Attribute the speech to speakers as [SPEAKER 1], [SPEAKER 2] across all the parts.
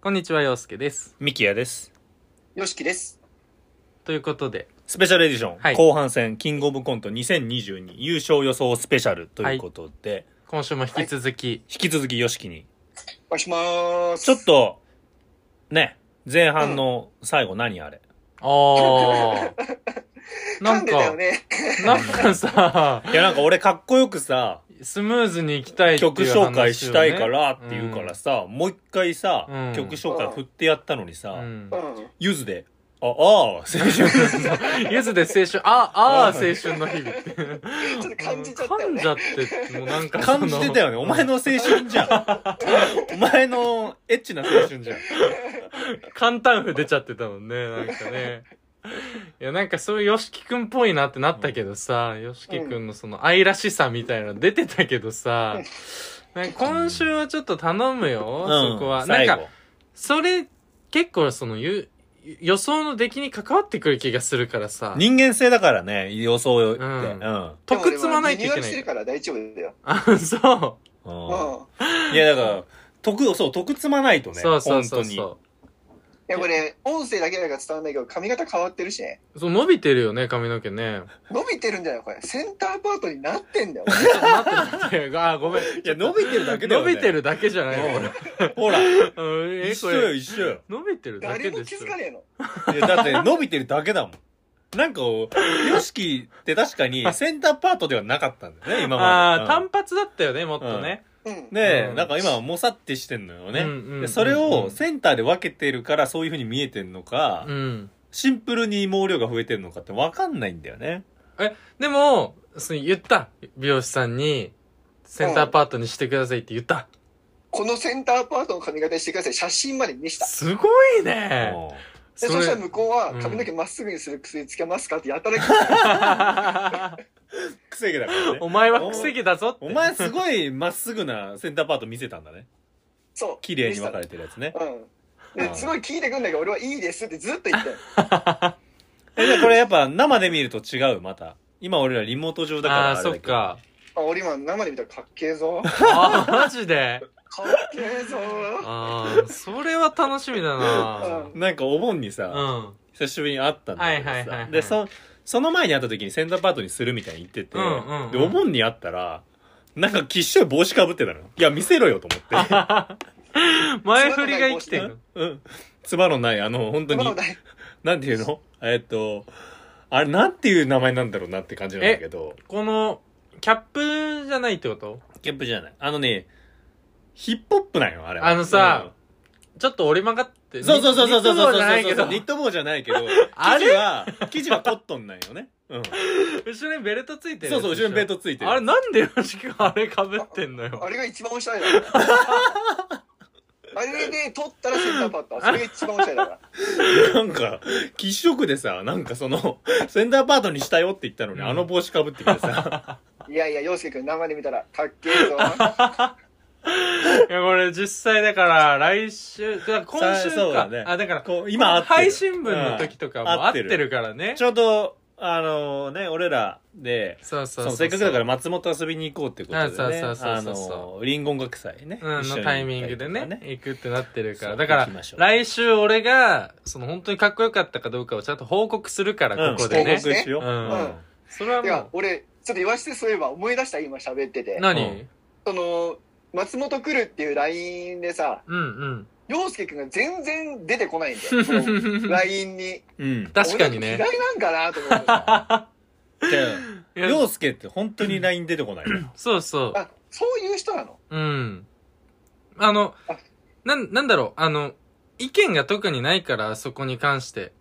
[SPEAKER 1] こんにちは、陽介です。
[SPEAKER 2] ミキヤです。
[SPEAKER 3] よしきです。
[SPEAKER 1] ということで、
[SPEAKER 2] スペシャルエディション、
[SPEAKER 1] はい
[SPEAKER 2] 後半戦、キングオブコント2022優勝予想スペシャルということで、
[SPEAKER 1] 今週も引き続き、
[SPEAKER 2] 引き続き YOSHIKI に、
[SPEAKER 3] お願いします。
[SPEAKER 2] ちょっと、ね、前半の最後何あれ、
[SPEAKER 1] あ あ、
[SPEAKER 3] 噛
[SPEAKER 1] なんん
[SPEAKER 3] でだ
[SPEAKER 1] か
[SPEAKER 3] よ、ね。
[SPEAKER 1] なんかさ、
[SPEAKER 2] いやなんか俺かっこよくさ、
[SPEAKER 1] スムーズに行きたいっていう
[SPEAKER 2] 曲
[SPEAKER 1] 話を、ね、
[SPEAKER 2] 紹介したいからって言うからさ、もう一回さ、
[SPEAKER 1] うん
[SPEAKER 2] 曲紹介振ってやったのにさ、
[SPEAKER 1] うん。
[SPEAKER 3] う
[SPEAKER 1] うん
[SPEAKER 3] ん。
[SPEAKER 2] ゆずで、あ、ああ、青春。
[SPEAKER 1] ゆずで青春、あ、ああ、青春の日々って。
[SPEAKER 3] ちょっと 感じちゃったよ
[SPEAKER 1] 噛
[SPEAKER 3] ね
[SPEAKER 1] んじゃって、もうなんかその
[SPEAKER 2] 感じてたよね。お前の青春じゃ ん。お前のエッチな青春じゃん。
[SPEAKER 1] 簡単譜出ちゃってたもんね、なんか ね。いや、なんかそういうよしきくんっぽいなってなったけどさ、よしきくんのその愛らしさみたいなの出てたけどさ、なんか今週はちょっと頼むよ、
[SPEAKER 2] うん
[SPEAKER 1] そこは。なん
[SPEAKER 2] 最後
[SPEAKER 1] か、それ、結構そのゆ、予想の出来に関わってくる気がするからさ、
[SPEAKER 2] 人間性だからね、予想って。
[SPEAKER 1] う
[SPEAKER 2] うんん。
[SPEAKER 1] 得積まないと
[SPEAKER 3] で
[SPEAKER 1] いけ
[SPEAKER 3] も俺はリニューアル
[SPEAKER 1] な
[SPEAKER 3] してる
[SPEAKER 1] い。
[SPEAKER 3] から大丈夫だよ。。
[SPEAKER 1] あ、そう
[SPEAKER 2] うんん。いや、だから、得、そう、得積まないと
[SPEAKER 1] う。
[SPEAKER 2] ね。
[SPEAKER 1] そうそうそう
[SPEAKER 2] 本当に。
[SPEAKER 1] そ
[SPEAKER 3] いや、これ、音声だけだから伝わんないけど、髪型変わってるしね。
[SPEAKER 1] う。そう、伸びてるよね、髪の毛 ね。
[SPEAKER 3] 伸びてるんじゃないこれ。センターパートになっ てんだよ。
[SPEAKER 1] ちょっと待って待って、あ、ごめん。
[SPEAKER 2] いや、伸びてるだけだよ、
[SPEAKER 1] 伸
[SPEAKER 2] ね。
[SPEAKER 1] びてるだけじゃないの、これ。
[SPEAKER 2] ほら、
[SPEAKER 1] うんえ、
[SPEAKER 2] 一
[SPEAKER 1] こ
[SPEAKER 2] 緒よ、
[SPEAKER 1] れ。
[SPEAKER 2] 一緒よ。
[SPEAKER 1] 伸びてるだ
[SPEAKER 3] 誰
[SPEAKER 1] け
[SPEAKER 3] も
[SPEAKER 1] で
[SPEAKER 3] 気
[SPEAKER 1] す
[SPEAKER 3] づかねえの。
[SPEAKER 2] いや、だって伸びてるだけだもん。なんか、ヨシキって確 かにセンターパートではなかったんだよね、今まで。
[SPEAKER 1] ああ、単発だったよね、もっとね。
[SPEAKER 3] うん。
[SPEAKER 2] ねえ、
[SPEAKER 1] うん
[SPEAKER 2] なんか今はもさってしてんのよね、
[SPEAKER 1] うんうんうん
[SPEAKER 2] でそれをセンターで分けてるからそういう風に見えてんのか、
[SPEAKER 1] うん。
[SPEAKER 2] シンプルに毛量が増えてるのかって分かんないんだよね。
[SPEAKER 1] でも、その言った。美容師さんに、センターパートにしてくださいって言った。
[SPEAKER 3] このセンターパートの髪型にしてください。写真まで見した。
[SPEAKER 1] すごいね。
[SPEAKER 2] うん
[SPEAKER 3] で、そしたら向こうは
[SPEAKER 1] うん
[SPEAKER 3] 髪の毛まっすぐにする薬つけますかってやたら聞いて
[SPEAKER 2] 癖毛だからね。
[SPEAKER 1] お前は癖毛だぞって。
[SPEAKER 2] お前すごいまっすぐなセンターパート見せたんだね。
[SPEAKER 3] そう。
[SPEAKER 2] 綺麗に分か
[SPEAKER 3] れ
[SPEAKER 2] れてるやつね。
[SPEAKER 3] うん。
[SPEAKER 2] う
[SPEAKER 3] で
[SPEAKER 2] ん
[SPEAKER 3] すごい聞いてくんだけど、俺はいいですってずっと言って。
[SPEAKER 2] え、じゃあこれやっぱ生で見ると違う、また。今俺らリモート上だから
[SPEAKER 1] ああー、
[SPEAKER 2] れだ
[SPEAKER 1] そっ
[SPEAKER 2] けど。
[SPEAKER 1] か。
[SPEAKER 3] あ、俺今生で見たらかっけえぞ。
[SPEAKER 1] ああ、マジで。
[SPEAKER 3] かっけえぞ。
[SPEAKER 1] ああ、それは楽しみだな。
[SPEAKER 2] なんかお盆にさ、
[SPEAKER 1] うん。
[SPEAKER 2] 久しぶりに会ったんだけどさ、
[SPEAKER 1] はいはいはいはい
[SPEAKER 2] でそその前に会った時にセンターパートにするみたいに言ってて、
[SPEAKER 1] うんうんうん
[SPEAKER 2] でお盆に会ったらなんかきっしょい帽子かぶってたのいや見せろよと思って
[SPEAKER 1] 前振りが生きてる。
[SPEAKER 2] うんつばのないあの本当に
[SPEAKER 3] まだない
[SPEAKER 2] なんていうのえっとあれなんていう名前なんだろうなって感じなんだけど
[SPEAKER 1] この、キャップじゃないってこと
[SPEAKER 2] キャップじゃないあのねヒップホップなんよあれは
[SPEAKER 1] あのさ、ちょっと折り曲がって。
[SPEAKER 2] うんそうそうそうそうそうそう
[SPEAKER 1] ニット帽じゃないけど
[SPEAKER 2] ニット帽じゃないけど
[SPEAKER 1] あ
[SPEAKER 2] 生
[SPEAKER 1] れ
[SPEAKER 2] 地は生地はコットンなんよね、うん、
[SPEAKER 1] 後ろにベルトついてる
[SPEAKER 2] そうそう後ろにベルト
[SPEAKER 1] つい
[SPEAKER 2] ついてる
[SPEAKER 1] あれなんでよしきがあれかぶってんの
[SPEAKER 3] あ
[SPEAKER 1] よ
[SPEAKER 3] れが一番おしゃれだから。あれで取ったらセンターパット。それが一番おしゃれだから。
[SPEAKER 2] なんか、喫食でさ、なんかその、センターパートにしたよって言ったのに、
[SPEAKER 1] うん
[SPEAKER 2] あの帽子かぶってき てさ、
[SPEAKER 3] いやいや、洋介君生で見たらかっけえぞ。あ
[SPEAKER 1] いやこれ実際だから来週だから今週
[SPEAKER 2] さそう
[SPEAKER 1] か
[SPEAKER 2] だね
[SPEAKER 1] あだから
[SPEAKER 2] こう、今合ってる。
[SPEAKER 1] 配信分の時とか
[SPEAKER 2] うん
[SPEAKER 1] も合ってるからね
[SPEAKER 2] ちょうど、あのね、俺らで、
[SPEAKER 1] そうそ
[SPEAKER 2] そう
[SPEAKER 1] そう
[SPEAKER 2] のせっかくだから松本遊びに行こうってことでね、
[SPEAKER 1] あそうそうそう
[SPEAKER 2] あ
[SPEAKER 1] そうそう
[SPEAKER 2] のリンゴ音楽祭ね、
[SPEAKER 1] うん、
[SPEAKER 2] 一緒
[SPEAKER 1] の
[SPEAKER 2] に
[SPEAKER 1] タイミングで
[SPEAKER 2] 行った
[SPEAKER 1] ね
[SPEAKER 2] りとか
[SPEAKER 1] 行くってなってるから
[SPEAKER 2] そう
[SPEAKER 1] だか
[SPEAKER 2] 行きましょ
[SPEAKER 1] ら
[SPEAKER 2] う
[SPEAKER 1] 来週俺がその本当にかっこよかったかどうかをちゃんと報告するから
[SPEAKER 2] うん
[SPEAKER 1] ここで
[SPEAKER 2] 報
[SPEAKER 1] ね
[SPEAKER 3] そ
[SPEAKER 2] 告しよう。
[SPEAKER 1] うん
[SPEAKER 2] うん
[SPEAKER 1] そ れはい
[SPEAKER 3] や
[SPEAKER 1] も、
[SPEAKER 3] 俺、ちょっと言わしてそういえば思い出した、今喋ってて
[SPEAKER 1] う。何
[SPEAKER 2] う
[SPEAKER 1] うん
[SPEAKER 2] ん
[SPEAKER 3] その、松本来るっていう LINE でさ、
[SPEAKER 1] うん
[SPEAKER 3] 洋介君が全然出てこないん だよ。その LINE に。
[SPEAKER 2] うん。
[SPEAKER 1] 確かにね
[SPEAKER 3] 俺嫌いなんかなと思っ てさ。
[SPEAKER 2] じゃ
[SPEAKER 1] い
[SPEAKER 2] あ、
[SPEAKER 1] や
[SPEAKER 2] 洋介って本当に LINE 出てこないの
[SPEAKER 1] そうそう
[SPEAKER 3] あ、そういう人なの
[SPEAKER 1] うん。あの
[SPEAKER 3] あ、
[SPEAKER 1] なん、なんだろう、あの、意見が特にないから、そこに関して。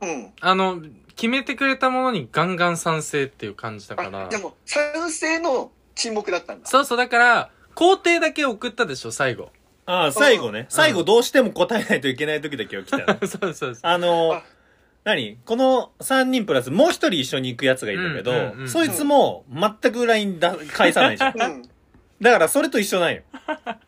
[SPEAKER 3] うん。
[SPEAKER 1] あの、決めてくれたものにガンガン賛成っていう感じだか
[SPEAKER 3] あ
[SPEAKER 1] ら、
[SPEAKER 3] で。も、賛成の沈黙だったんだ。
[SPEAKER 1] そうそう、だから、肯定だけ送ったでしょ、最後。
[SPEAKER 2] ああ、最後ね。最後どうしても答えないといけない時だけは来たよ ね。
[SPEAKER 1] そうそうそう。
[SPEAKER 2] あの
[SPEAKER 3] あ
[SPEAKER 2] 何この3人プラスもう1人一緒に行くやつがいるんだけど、
[SPEAKER 1] うんうんうん
[SPEAKER 2] そいつも全く LINE だ返さないじゃん。
[SPEAKER 3] うん。
[SPEAKER 2] だからそれと一緒なんよ。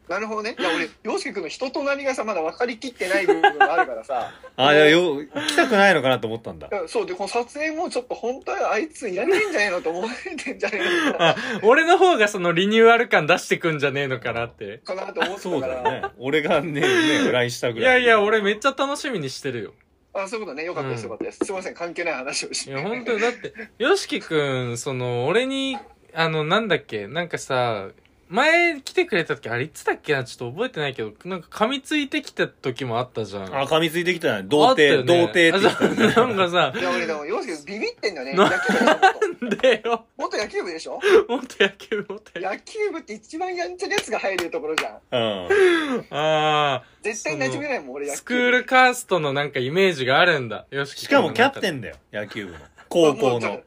[SPEAKER 3] なるほどね。いや、俺、洋介君の人となりがさ、まだ分かりきってない部分があるか らさ。
[SPEAKER 2] あ、いや、よ、来たくないのかなと思ったんだ
[SPEAKER 3] い。やそう、で、この撮影もちょっと本当はあいついらねえんじゃねえのと思われてんじゃねえのか な
[SPEAKER 1] あ俺の方がそのリニューアル感出してくんじゃねえのかなって。
[SPEAKER 3] かなと思って
[SPEAKER 2] そ
[SPEAKER 3] た
[SPEAKER 2] う
[SPEAKER 3] か
[SPEAKER 2] だ
[SPEAKER 3] ら。
[SPEAKER 2] よね。俺がね、ね、LINE した
[SPEAKER 1] い
[SPEAKER 2] ぐら
[SPEAKER 1] や
[SPEAKER 2] い。
[SPEAKER 1] いや、。俺めっちゃ楽しみにしてるよ。
[SPEAKER 3] あ、そういうことね。よかったです、
[SPEAKER 1] うん
[SPEAKER 3] よかったです。すいません、関係ない話をし
[SPEAKER 1] い
[SPEAKER 3] て。
[SPEAKER 1] や、本当にだって、よしきくん、その、俺に、あの、なんだっけ、なんかさ、前来てくれた時、あれいつだっけな、ちょっと覚えてないけど、なんか噛みついてきた時もあったじゃん。
[SPEAKER 2] あ、噛みついてきたね。童貞、童貞って言った
[SPEAKER 1] って、あそうなんかさ、
[SPEAKER 3] いや、俺でも、洋介君ビビってんだ よね。
[SPEAKER 1] な
[SPEAKER 3] 野球部のこと
[SPEAKER 1] なんでよ、
[SPEAKER 3] 元野球部でしょ
[SPEAKER 1] もっと野球、もっと野球。
[SPEAKER 3] 野球部って一番やんちゃなやつが入るところじゃん。
[SPEAKER 2] うん。
[SPEAKER 1] あ
[SPEAKER 3] 絶対馴染めないもん、俺野
[SPEAKER 1] あ、
[SPEAKER 3] 球部。
[SPEAKER 1] スクールカーストのなんかイメージがあるんだ、よしき
[SPEAKER 2] しかもキャプ
[SPEAKER 1] ン。
[SPEAKER 2] テンだよ、野球部の。高校の。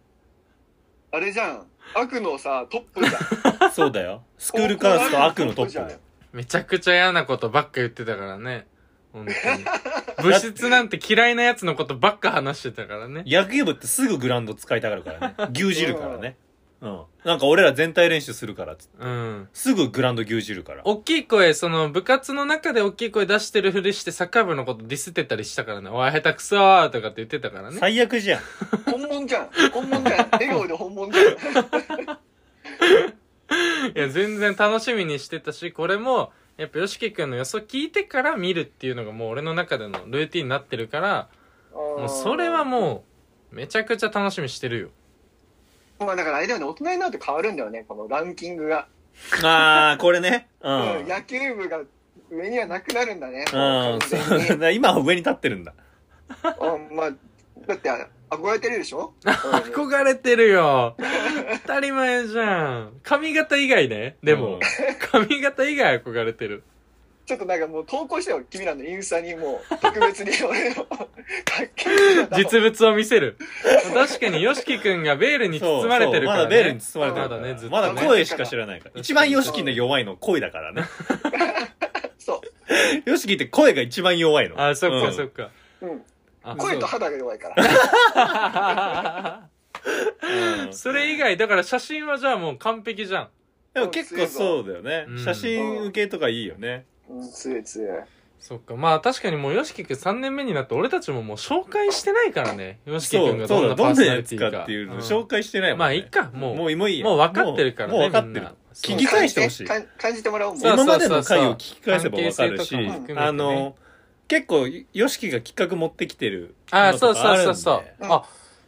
[SPEAKER 3] あれじゃん。悪のさ、トップじゃん。ス
[SPEAKER 2] そうだよ。スクールカースト悪のトップだよ。
[SPEAKER 1] めちゃくちゃ嫌なことばっか言ってたからね。本当に。物質なんて嫌いなやつのことばっか話してたからね。
[SPEAKER 2] 野球部ってすぐグラウンド使いたが るからね。牛耳るからね。うん。なんか俺ら全体練習するからっつって
[SPEAKER 1] うん。
[SPEAKER 2] すぐグラウンド牛耳るから。
[SPEAKER 1] 大きい声、その部活の中で大きい声出してるふりしてサッカー部のことディスってたりしたからね。おい、下手くそーとかって言ってたからね。
[SPEAKER 2] 最悪じゃん。
[SPEAKER 3] 本物じゃん。本物じゃん。笑顔で本物じゃん。
[SPEAKER 1] いや、全然楽しみにしてたし、これも、やっぱ、よしきくんの予想聞いてから見るっていうのがもう俺の中でのルーティンになってるから、も
[SPEAKER 3] も
[SPEAKER 1] うそれはもう、めちゃくちゃ楽しみにしてる よ。
[SPEAKER 3] う。まあだからあれだよね、大人になると変わるんだよね、このランキングが。
[SPEAKER 2] あー、これね。う
[SPEAKER 3] うん、
[SPEAKER 2] ん。
[SPEAKER 3] 野球部が上にはなくなるんだね。
[SPEAKER 2] うん、そうだね今は上に立ってるんだ。
[SPEAKER 3] うん、まあ、だってあ憧れてるでしょうん
[SPEAKER 1] 憧れてるよ。当たり前じゃん。髪型以外ね。でも、
[SPEAKER 2] うん
[SPEAKER 1] 髪型以外憧れてる。
[SPEAKER 3] ちょっとなんかもう投稿してよ、君らのインスタにもう特別に俺のかっけえ姿を
[SPEAKER 1] 実物を見せる。確かに、よしきくんがベールに包まれてるから、ね。
[SPEAKER 2] そうそうまだベールに包まれてるから。
[SPEAKER 1] まだねずっとね
[SPEAKER 2] まだ声しか知らないから。一番ヨシキの弱いの声だからね。
[SPEAKER 3] そ
[SPEAKER 2] ヨシキって声が一番弱いの。
[SPEAKER 1] あ、そっか、
[SPEAKER 2] うん
[SPEAKER 1] そっか。
[SPEAKER 3] う。うん。
[SPEAKER 1] あ
[SPEAKER 3] 声と
[SPEAKER 1] そう
[SPEAKER 3] 肌が弱いから。
[SPEAKER 2] う ん
[SPEAKER 1] それ以外、だから写真はじゃあもう完璧じゃん。
[SPEAKER 2] でも結構そうだよね
[SPEAKER 1] うん。
[SPEAKER 2] 写真受けとかいいよね。
[SPEAKER 3] うん、強い強い。
[SPEAKER 1] そっか。まあ確かにもう、よしきくん3年目になって、俺たちももう紹介してないからね。よしき
[SPEAKER 2] そ
[SPEAKER 1] くん
[SPEAKER 2] う、
[SPEAKER 1] が
[SPEAKER 2] そ
[SPEAKER 1] ど
[SPEAKER 2] うんだ、
[SPEAKER 1] なパー
[SPEAKER 2] どんな
[SPEAKER 1] ソナ
[SPEAKER 2] や
[SPEAKER 1] リテ
[SPEAKER 2] つ
[SPEAKER 1] ィ
[SPEAKER 2] か
[SPEAKER 1] か。
[SPEAKER 2] っていうの
[SPEAKER 1] ん
[SPEAKER 2] 紹介してないもんね。
[SPEAKER 1] まあいいか、もう。
[SPEAKER 2] もう、もういいよ。
[SPEAKER 1] もう分かってるからね
[SPEAKER 2] もう分かってる
[SPEAKER 1] みんな。
[SPEAKER 2] 聞き返してほしい。
[SPEAKER 3] かん感じてもらおうもん
[SPEAKER 1] そう
[SPEAKER 2] 今までの回を聞き返せば分かるし
[SPEAKER 1] 関係性とかも含めて、ね
[SPEAKER 2] あの、結構、ヨシキが企画持ってきてる。
[SPEAKER 1] あ、そうそうそうそう。あ、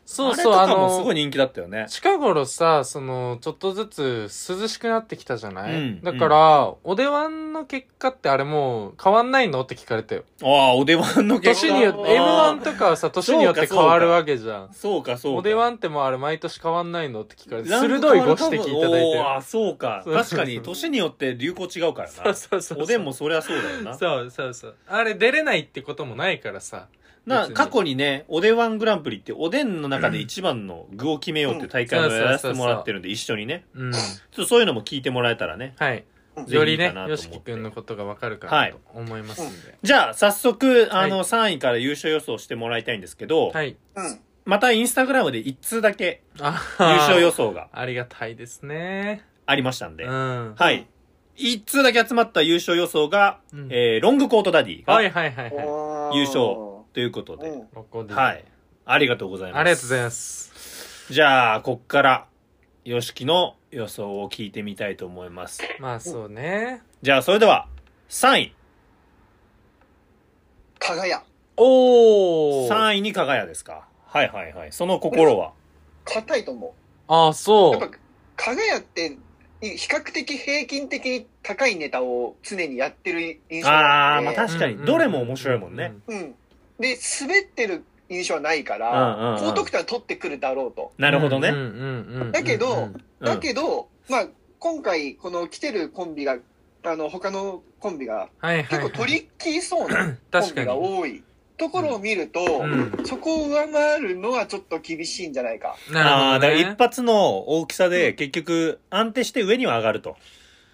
[SPEAKER 1] そうそう、
[SPEAKER 2] あ
[SPEAKER 1] あ
[SPEAKER 2] れとかもす
[SPEAKER 1] の
[SPEAKER 2] ごい、人気だったよね。
[SPEAKER 1] 近頃さ、その、ちょっとずつ涼しくなってきたじゃない、
[SPEAKER 2] うん
[SPEAKER 1] だから、お出腕の結果ってあれもう変わんないのって聞かれたよ。
[SPEAKER 2] ああ、お出番の結果
[SPEAKER 1] 年によって、
[SPEAKER 2] あ
[SPEAKER 1] M1
[SPEAKER 2] ー
[SPEAKER 1] とかはさ、年によって変わるわけじゃん。
[SPEAKER 2] そうか、そうか。
[SPEAKER 1] お出腕ってもうあれ毎年変わんないのって聞かれて、
[SPEAKER 2] ラ
[SPEAKER 1] 鋭
[SPEAKER 2] ンク
[SPEAKER 1] い
[SPEAKER 2] と
[SPEAKER 1] ご
[SPEAKER 2] か
[SPEAKER 1] 指
[SPEAKER 2] も
[SPEAKER 1] 摘いただい
[SPEAKER 2] おー
[SPEAKER 1] て
[SPEAKER 2] あ、そうか。
[SPEAKER 1] そうそうそう
[SPEAKER 2] 確かに、年によって流行違うから
[SPEAKER 1] る。そ
[SPEAKER 2] な。
[SPEAKER 1] うそうそう。
[SPEAKER 2] おでんも。そりゃそうだよな。
[SPEAKER 1] そうそうそう。あれ出れないってこともないからさ。
[SPEAKER 2] な
[SPEAKER 1] 別、に
[SPEAKER 2] 過去にね、おでんワングランプリって、おでんの中で一番の具を決めようっていう大会もやらせてもらってるんで、一緒にね。
[SPEAKER 1] うん。
[SPEAKER 2] ちょっとそういうのも聞いてもらえたらね。
[SPEAKER 1] はい。
[SPEAKER 3] うん
[SPEAKER 1] より
[SPEAKER 2] ぜひい
[SPEAKER 1] ね
[SPEAKER 2] いかな、と思
[SPEAKER 1] よ
[SPEAKER 2] って
[SPEAKER 1] しきくんのことがわかるかなと思いますんで。
[SPEAKER 2] じゃあ、早速、
[SPEAKER 1] はい
[SPEAKER 2] あの、3位から優勝予想してもらいたいんですけど、
[SPEAKER 1] はい。
[SPEAKER 3] うん。
[SPEAKER 2] またインスタグラムで1通だけ
[SPEAKER 1] あ
[SPEAKER 2] 優勝
[SPEAKER 1] よ
[SPEAKER 2] 予想が
[SPEAKER 1] ありがたいですね。
[SPEAKER 2] ありましたんで
[SPEAKER 1] う、ん。
[SPEAKER 2] はい。1通だけ集まった優勝予想が、
[SPEAKER 1] うん
[SPEAKER 2] えー、ロングコートダディが、
[SPEAKER 1] はいはいはいはい。
[SPEAKER 3] おー
[SPEAKER 2] 優勝ということで、
[SPEAKER 3] うん
[SPEAKER 1] ここで。
[SPEAKER 2] はい。。ありがとうございます。
[SPEAKER 1] ありがとうございます。
[SPEAKER 2] じゃあ、こっから、ヨシキの予想を聞いてみたいと思います。
[SPEAKER 1] まあそうね。
[SPEAKER 2] じゃあ、それでは、3位。
[SPEAKER 3] 加賀屋。
[SPEAKER 1] おー。
[SPEAKER 2] 3位に加賀屋ですか。はいはいはい。その心は。
[SPEAKER 3] 硬いと思
[SPEAKER 1] あ、
[SPEAKER 3] う。
[SPEAKER 1] そ
[SPEAKER 3] やっ
[SPEAKER 1] う。
[SPEAKER 3] ぱ、加賀屋って、い比較的平均的に高いネタを常にやってる印象
[SPEAKER 2] あ
[SPEAKER 3] な
[SPEAKER 2] ー、ま
[SPEAKER 3] の
[SPEAKER 2] あ
[SPEAKER 3] で
[SPEAKER 2] 確か
[SPEAKER 1] うんう
[SPEAKER 2] に、
[SPEAKER 1] ん
[SPEAKER 2] どれも面白いもんね。。
[SPEAKER 3] うん。で、滑ってる印象はないか
[SPEAKER 2] うんうんう
[SPEAKER 3] ら
[SPEAKER 2] ん、
[SPEAKER 3] 高得点は取ってくるだろうと。
[SPEAKER 2] なるほどね。
[SPEAKER 1] うんうんうんうん。
[SPEAKER 3] だけど
[SPEAKER 1] うん
[SPEAKER 2] うん
[SPEAKER 3] だけど、まあ、今回、この来てるコンビが、あの、他のコンビが、
[SPEAKER 1] はいはい
[SPEAKER 3] 結
[SPEAKER 1] はい。
[SPEAKER 3] 構トリッキーそ うなコ
[SPEAKER 1] 確
[SPEAKER 3] ン
[SPEAKER 1] か
[SPEAKER 3] ビ
[SPEAKER 1] に
[SPEAKER 3] が。多いところを見ると、
[SPEAKER 1] うん。
[SPEAKER 3] そこを上回るのはちょっと厳しいんじゃないか。
[SPEAKER 1] な
[SPEAKER 2] あ
[SPEAKER 1] る
[SPEAKER 2] あ
[SPEAKER 1] ほ
[SPEAKER 2] ー、だ
[SPEAKER 1] ど
[SPEAKER 2] から
[SPEAKER 1] ね。
[SPEAKER 2] 一発の大きさで結局安定して上には上がると。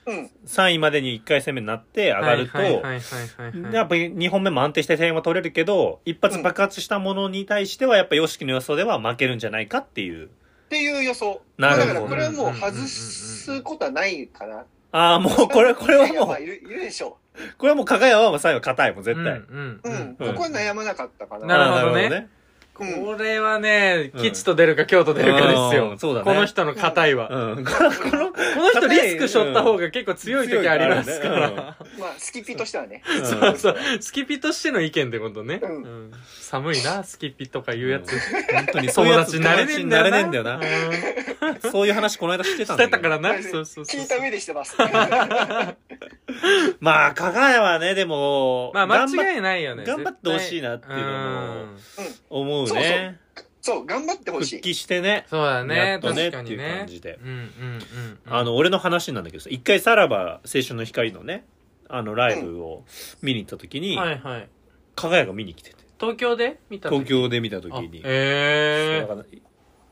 [SPEAKER 3] うん。
[SPEAKER 2] 3位までに1回攻めになって上がると、
[SPEAKER 1] はいはいはいはいはいはい。
[SPEAKER 2] やっぱり2本目も安定して点は取れるけど、一発爆発したものに対してはやっぱ YOSHIKI の予想では負けるんじゃないかっていう。
[SPEAKER 3] っていう予想。
[SPEAKER 2] な
[SPEAKER 1] るほど
[SPEAKER 3] だからこれはもう外すことはないかな。
[SPEAKER 2] ああ、もうこれ、これはい
[SPEAKER 3] や
[SPEAKER 2] も
[SPEAKER 3] まあ
[SPEAKER 2] う、
[SPEAKER 3] いるいるでしょ
[SPEAKER 2] これはもう、加賀屋は最後硬いもん、絶対。
[SPEAKER 1] うんう
[SPEAKER 3] う。うんん。。ここは悩まなかったかな。
[SPEAKER 1] なるほどね
[SPEAKER 3] うん
[SPEAKER 1] これはね、
[SPEAKER 2] うん
[SPEAKER 1] 吉と出るか京と出るかです
[SPEAKER 2] う
[SPEAKER 1] よ。
[SPEAKER 2] んそうだね
[SPEAKER 1] この人の硬いは。
[SPEAKER 2] うん。この、この、
[SPEAKER 1] この人リスク背負った方が結構強い時ありますか。
[SPEAKER 2] 強いから
[SPEAKER 3] まあ、スキピとしてはね。
[SPEAKER 2] うん
[SPEAKER 1] そうそう。スキピとしての意見ってことね。
[SPEAKER 3] うん
[SPEAKER 1] うん寒いな、スキピとか言うやつ。
[SPEAKER 2] 本当にそういう
[SPEAKER 1] 友
[SPEAKER 2] やつ
[SPEAKER 1] 達になれねえんだよな。
[SPEAKER 2] なれねえんだよな。
[SPEAKER 1] うん
[SPEAKER 2] そういう話この間してた
[SPEAKER 1] し
[SPEAKER 2] ん
[SPEAKER 1] て
[SPEAKER 2] だけど
[SPEAKER 1] たからな。そうそうそう
[SPEAKER 3] 聞い。た目でしてます。ま
[SPEAKER 2] まあ、加賀屋はね、でも、
[SPEAKER 1] まあ間
[SPEAKER 2] 頑張っ
[SPEAKER 1] 違いないよね。
[SPEAKER 2] 頑張ってほしいなっていうのも
[SPEAKER 1] ん
[SPEAKER 2] 思う
[SPEAKER 3] そうそ
[SPEAKER 2] ね
[SPEAKER 3] う。そう、頑張ってほし
[SPEAKER 2] 復
[SPEAKER 3] い。
[SPEAKER 2] 帰してね。
[SPEAKER 1] そうだ
[SPEAKER 2] や
[SPEAKER 1] ね
[SPEAKER 2] っ。と
[SPEAKER 1] 確
[SPEAKER 2] ね
[SPEAKER 1] かに
[SPEAKER 2] っていう
[SPEAKER 1] ね
[SPEAKER 2] 感。じで
[SPEAKER 1] うんうんうん。
[SPEAKER 2] あ、の、俺の話なんだけどさ、一回さらば青春の光のね、あの、ライブを見に行った時に、
[SPEAKER 1] はいはい。
[SPEAKER 2] 加賀屋が見に来てて。
[SPEAKER 1] 東京で見た
[SPEAKER 2] 東京で見た時
[SPEAKER 1] あ
[SPEAKER 2] に。
[SPEAKER 1] え
[SPEAKER 2] そうだから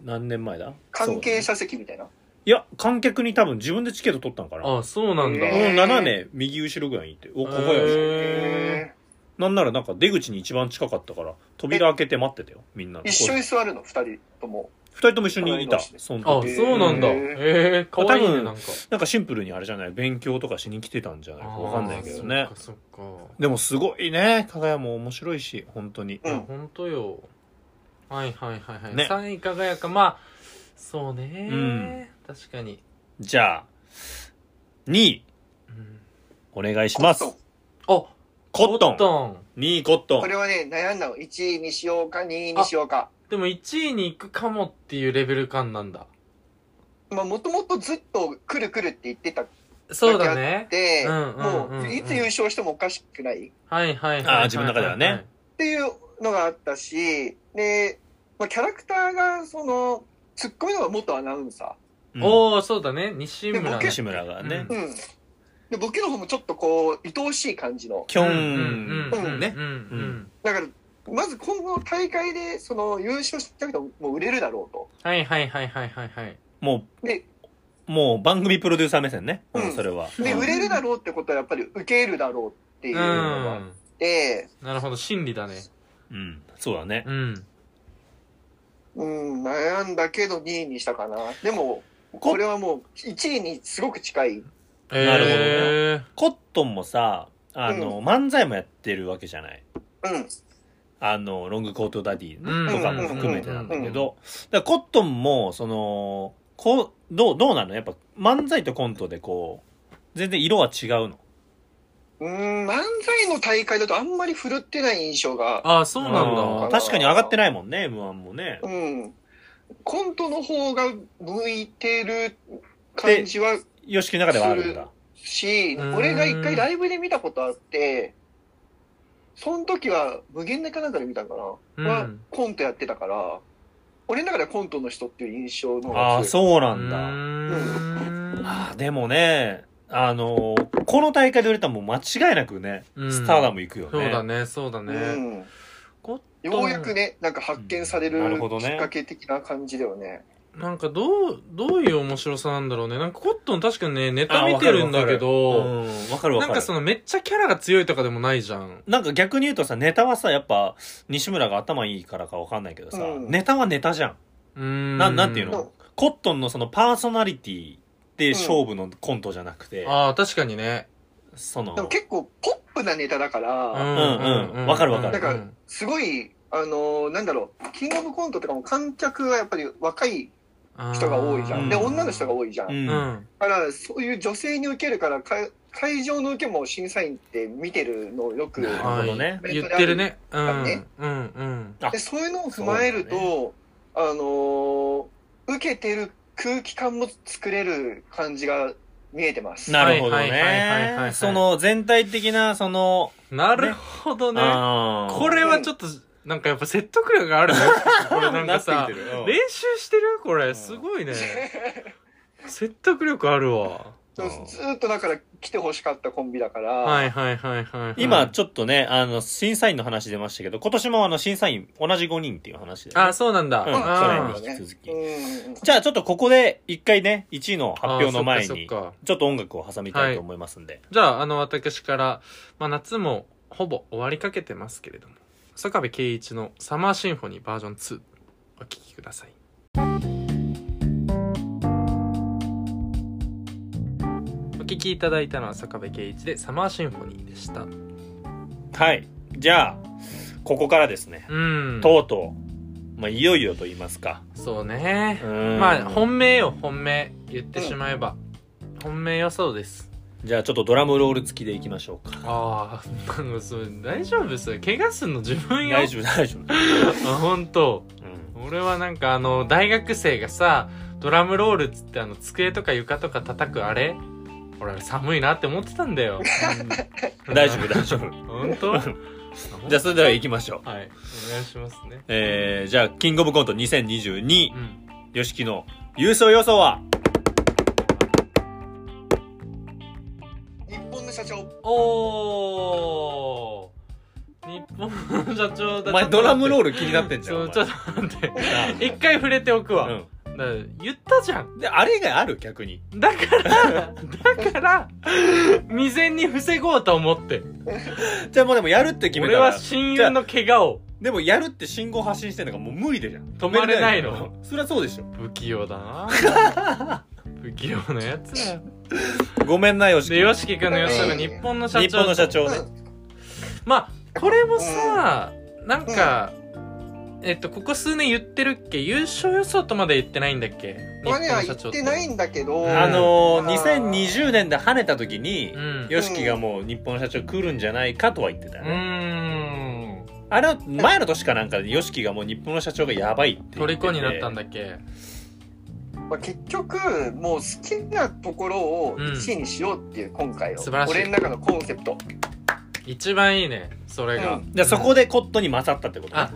[SPEAKER 2] 何年前だ
[SPEAKER 3] 関係
[SPEAKER 2] そうだね
[SPEAKER 3] 者席みたいな。
[SPEAKER 2] いや、観客に多分自分でチケット取ったのかな。
[SPEAKER 1] ー。あ、そうなんだ。
[SPEAKER 3] え
[SPEAKER 2] もう7年、右後ろぐらいにいて、お、ここや
[SPEAKER 1] へ
[SPEAKER 2] し。
[SPEAKER 1] え
[SPEAKER 2] なんならなんか出口に一番近かったから、扉開けて待ってたよ、みんなの。
[SPEAKER 3] 一緒に座るの、二人とも。
[SPEAKER 2] 二人とも一緒にいた、その
[SPEAKER 1] あ、
[SPEAKER 2] 時。
[SPEAKER 1] そうなんだ。
[SPEAKER 3] へー
[SPEAKER 1] ええ、かわいい
[SPEAKER 2] 多
[SPEAKER 1] ね、
[SPEAKER 2] 分
[SPEAKER 1] なんか。
[SPEAKER 2] なんかシンプルにあれじゃない、勉強とかしに来てたんじゃないかわかんないけどね
[SPEAKER 1] あー。そっかそっか。
[SPEAKER 2] でもすごいね、加賀屋も面白いし、本当に。
[SPEAKER 3] うん
[SPEAKER 1] いやほんとよはいはいはいはい、
[SPEAKER 2] ね
[SPEAKER 1] 3位輝かまあそうね、
[SPEAKER 2] うん
[SPEAKER 1] 確かに、
[SPEAKER 2] じゃあ、2位、
[SPEAKER 1] うん、
[SPEAKER 2] お願いします。
[SPEAKER 3] コットン
[SPEAKER 1] あ
[SPEAKER 2] コットン。
[SPEAKER 1] ト
[SPEAKER 2] 2位コット
[SPEAKER 3] こ
[SPEAKER 2] ン。
[SPEAKER 3] れはね、悩んだの。1位にしようか、2位にしようか。
[SPEAKER 1] ンでも1位に行くかもっていうレベル感なんだ
[SPEAKER 3] まあ、もともとずっと来る来るって言ってたっ
[SPEAKER 1] そうだね
[SPEAKER 3] て、
[SPEAKER 1] うんうんうんうん
[SPEAKER 3] もう、いつ優勝してもおかしくないっ
[SPEAKER 1] はいはいはいはい
[SPEAKER 2] あー自分の中ではね
[SPEAKER 3] ていうのがあったし、で、まあ、キャラクターが、その、突っ込みのが元アナウンサ
[SPEAKER 2] うん
[SPEAKER 1] おおそうだね西
[SPEAKER 3] で
[SPEAKER 1] 村
[SPEAKER 3] 僕
[SPEAKER 2] 西村がね
[SPEAKER 3] ー。うん。で、ボケの方もちょっとこう、愛おしい感じの。
[SPEAKER 2] キョ
[SPEAKER 1] うんうんう
[SPEAKER 2] ン。
[SPEAKER 1] ん
[SPEAKER 2] ね
[SPEAKER 1] う。ん
[SPEAKER 3] だから、まず今後の大会で、その、優勝したけど、もう売れるだろうと。
[SPEAKER 1] はいはいはいはいはいはい
[SPEAKER 2] も
[SPEAKER 3] で、
[SPEAKER 2] う、もう番組プロデューサー目線ね。う
[SPEAKER 3] うん
[SPEAKER 2] ん、それは。
[SPEAKER 3] で、
[SPEAKER 2] うん
[SPEAKER 3] 売れるだろうってことはやっぱり受け入れるだろうっていう
[SPEAKER 1] う
[SPEAKER 3] のがあっ
[SPEAKER 1] ん
[SPEAKER 3] て、
[SPEAKER 1] なるほど心理だね
[SPEAKER 2] うん。そうだね。
[SPEAKER 1] うん
[SPEAKER 3] うん、悩んだけど2位にしたかな。でも、これはもう1位にすごく近い。
[SPEAKER 1] えー、
[SPEAKER 2] なるほど
[SPEAKER 1] る
[SPEAKER 2] コットンもさ、あの、漫才もやってるわけじゃない。
[SPEAKER 3] うん。
[SPEAKER 2] あの、ロングコートダディ
[SPEAKER 1] うん
[SPEAKER 2] とかも含めてなんだけど、だからコットンも、その、こう、どう、どうなのやっぱ漫才とコントでこう、全然色は違うの。
[SPEAKER 3] うん、漫才の大会だとあんまり振るってない印象が。
[SPEAKER 1] ああそうなんだ
[SPEAKER 2] あー確かに上がってないもんね、M1 もね。
[SPEAKER 3] うん。コントの方が向いてる感じは
[SPEAKER 2] よしきの中ではあるんだ。
[SPEAKER 3] し、
[SPEAKER 1] うん
[SPEAKER 3] 俺が一回ライブで見たことあって、その時は無限大かなんかで見たんかな、
[SPEAKER 1] うん
[SPEAKER 3] はコントやってたから、俺の中ではコントの人っていう印象の方
[SPEAKER 2] ああ、
[SPEAKER 3] が強い。
[SPEAKER 2] そうな
[SPEAKER 1] うん
[SPEAKER 2] だ。
[SPEAKER 1] ーん
[SPEAKER 2] ああ、でもね、あのーこの大会で売れたらもう間違いなくね、
[SPEAKER 1] うん
[SPEAKER 2] スターダム行くよね。
[SPEAKER 1] そうだね、そうだね。コッ
[SPEAKER 3] うん。
[SPEAKER 1] ト
[SPEAKER 3] よ
[SPEAKER 1] ン
[SPEAKER 3] うやくね、なんか発見され
[SPEAKER 2] うんなる
[SPEAKER 3] る
[SPEAKER 2] ほど
[SPEAKER 3] き
[SPEAKER 2] ね
[SPEAKER 3] っかけ的な感じだよね。
[SPEAKER 1] なんかどう、どういう面白さなんだろうね。なんかコットン確かにね、ネタ見てるんだけど、
[SPEAKER 2] うん、わかるわ
[SPEAKER 1] な
[SPEAKER 2] かる。
[SPEAKER 1] んかそのめっちゃキャラが強いとかでもないじゃん。
[SPEAKER 2] なんか逆に言うとさ、ネタはさ、やっぱ、西村が頭いいからかわかんないけどさ、
[SPEAKER 3] うん
[SPEAKER 2] ネタはネタじゃん。
[SPEAKER 1] うーん。
[SPEAKER 2] なんなんていう
[SPEAKER 3] そ
[SPEAKER 2] の
[SPEAKER 3] う
[SPEAKER 2] コットンのそのパーソナリティで勝負のコントじゃなくて、
[SPEAKER 1] ああ、確かにね。
[SPEAKER 2] その
[SPEAKER 3] で、も結構ポップなネタだか
[SPEAKER 1] うん
[SPEAKER 3] ら、
[SPEAKER 2] うんわかるわかる
[SPEAKER 3] なんかすごい、あのーなんだろう、キングオブコントとかも観客はやっぱり若い人が多いじゃ。
[SPEAKER 2] うんん
[SPEAKER 3] で、女の人が多いじゃん
[SPEAKER 2] う。。
[SPEAKER 1] うんん。
[SPEAKER 3] だからそういう女性に受けるからか会場の受けも審査員って見てるのをよく
[SPEAKER 2] なるほどね
[SPEAKER 1] はい言ってるね。う
[SPEAKER 3] ある
[SPEAKER 1] ん
[SPEAKER 3] ね。
[SPEAKER 1] うん。うん。
[SPEAKER 2] あ
[SPEAKER 3] でそういうのを踏まえると、あのー受けてる空気感も作れる感じが見えてます。
[SPEAKER 2] なるほど
[SPEAKER 1] はいはいはいはいは
[SPEAKER 2] ね
[SPEAKER 1] い。
[SPEAKER 2] その全体的な、その、
[SPEAKER 1] なるほどね。
[SPEAKER 2] あー
[SPEAKER 1] これはちょっと、なんかやっぱ説得力がある ね。これなんか
[SPEAKER 2] なっ
[SPEAKER 1] さ
[SPEAKER 2] てき、てるうん
[SPEAKER 1] 練習してるこれ、すごいね。説得力あるわ。
[SPEAKER 2] うん
[SPEAKER 3] ずーっとだから来てほしかったコンビだから、
[SPEAKER 1] はいはいはいはいはい。
[SPEAKER 2] 今ちょっとね、あの、審査員の話出ましたけど、今年もあの、審査員同じ5人っていう話で、ね。
[SPEAKER 1] あ、そうなんだ。
[SPEAKER 2] うん
[SPEAKER 1] あー
[SPEAKER 2] 去年
[SPEAKER 3] なんだ
[SPEAKER 2] に
[SPEAKER 3] ね
[SPEAKER 2] 引き続き。
[SPEAKER 3] うん
[SPEAKER 2] じゃあちょっとここで一回ね、1位の発表の前
[SPEAKER 1] あーそっ
[SPEAKER 2] に、
[SPEAKER 1] かそっか
[SPEAKER 2] ちょっと音楽を挟みたいと思いますんで。
[SPEAKER 1] じゃあ、あの、私から、まあ、夏もほぼ終わりかけてますけれども、坂部圭一のサマーシンフォニーバージョン2、お聴きください。お聴聴きいただいたのは坂部圭一で「サマーシンフォニー」でした
[SPEAKER 2] はいじゃあここからですね、
[SPEAKER 1] うん
[SPEAKER 2] とうとう、まあ、いよいよと言いますか
[SPEAKER 1] そうねま
[SPEAKER 2] ま
[SPEAKER 1] あ本命よ本命言ってしまえば、本命予想です
[SPEAKER 2] じゃあちょっとドラムロール付きでいきましょうか
[SPEAKER 1] ああなんかそれ大丈夫それ怪我すんの自分よ
[SPEAKER 2] 大丈夫大丈夫、
[SPEAKER 1] あ本当俺はなんかあの大学生がさドラムロールっつってあの机とか床とか叩くあれ俺あれ寒いなって思ってたんだ よ
[SPEAKER 2] うん、大丈夫大 丈夫
[SPEAKER 1] 本当
[SPEAKER 2] じゃあそれでは行きましょう
[SPEAKER 1] はいお願いしますね
[SPEAKER 2] えー、じゃあキングオブコント2022
[SPEAKER 1] うん
[SPEAKER 2] よしきの優勝予想は
[SPEAKER 3] 日本の社長
[SPEAKER 1] おー日本の社長だ
[SPEAKER 2] お前ドラムロー
[SPEAKER 1] ル
[SPEAKER 2] ル気になってんじゃん
[SPEAKER 1] そ
[SPEAKER 2] お
[SPEAKER 1] うちょっ
[SPEAKER 2] 前
[SPEAKER 1] と待って
[SPEAKER 2] なあ
[SPEAKER 1] 一回触れておくわ、
[SPEAKER 2] うん
[SPEAKER 1] だから言ったじゃん
[SPEAKER 2] であれがある逆に
[SPEAKER 1] だからだから未然に防ごうと思って
[SPEAKER 2] じゃあもうでもやるって決め
[SPEAKER 1] 俺
[SPEAKER 2] た
[SPEAKER 1] は
[SPEAKER 2] ら
[SPEAKER 1] 親友の怪我を
[SPEAKER 2] でもやるって信号発信してんのがもう無理でじゃん
[SPEAKER 1] 止まれないの
[SPEAKER 2] 止めれないのそりゃそうでしょ
[SPEAKER 1] 不器用だな不器用なやつだよ
[SPEAKER 2] ごめんなよしき
[SPEAKER 1] で y o s 君の予想が日本の社長
[SPEAKER 2] 日本の社長
[SPEAKER 3] う
[SPEAKER 2] ね
[SPEAKER 3] ん
[SPEAKER 1] まあこれもさ、なんか、えっとここ数年言ってるっけ優勝予想とまで言ってないんだっけ日
[SPEAKER 3] こ
[SPEAKER 1] 本
[SPEAKER 3] れには
[SPEAKER 1] の
[SPEAKER 3] 言
[SPEAKER 1] 社長
[SPEAKER 3] ってないんだけど、
[SPEAKER 1] うん
[SPEAKER 2] あの
[SPEAKER 3] あ
[SPEAKER 2] ー、
[SPEAKER 3] ー
[SPEAKER 2] 2020年で跳ねた時に
[SPEAKER 1] う、ん
[SPEAKER 2] よしきがもう日本の社長来るんじゃないかとは言ってた
[SPEAKER 1] う
[SPEAKER 2] よね。
[SPEAKER 1] ーん
[SPEAKER 2] あれは前の年かなんかでよしきがもう日本の社長がやばいって言ってて。
[SPEAKER 1] 虜になったんだっけ
[SPEAKER 3] まあ、結局もう好きなところを1位にしようっていう今回の、
[SPEAKER 1] 素晴らしい
[SPEAKER 3] 俺の中のコンセプト
[SPEAKER 1] 一番いいねそれが、
[SPEAKER 3] う
[SPEAKER 2] じゃあそこでコットンに勝ったってことね
[SPEAKER 1] あ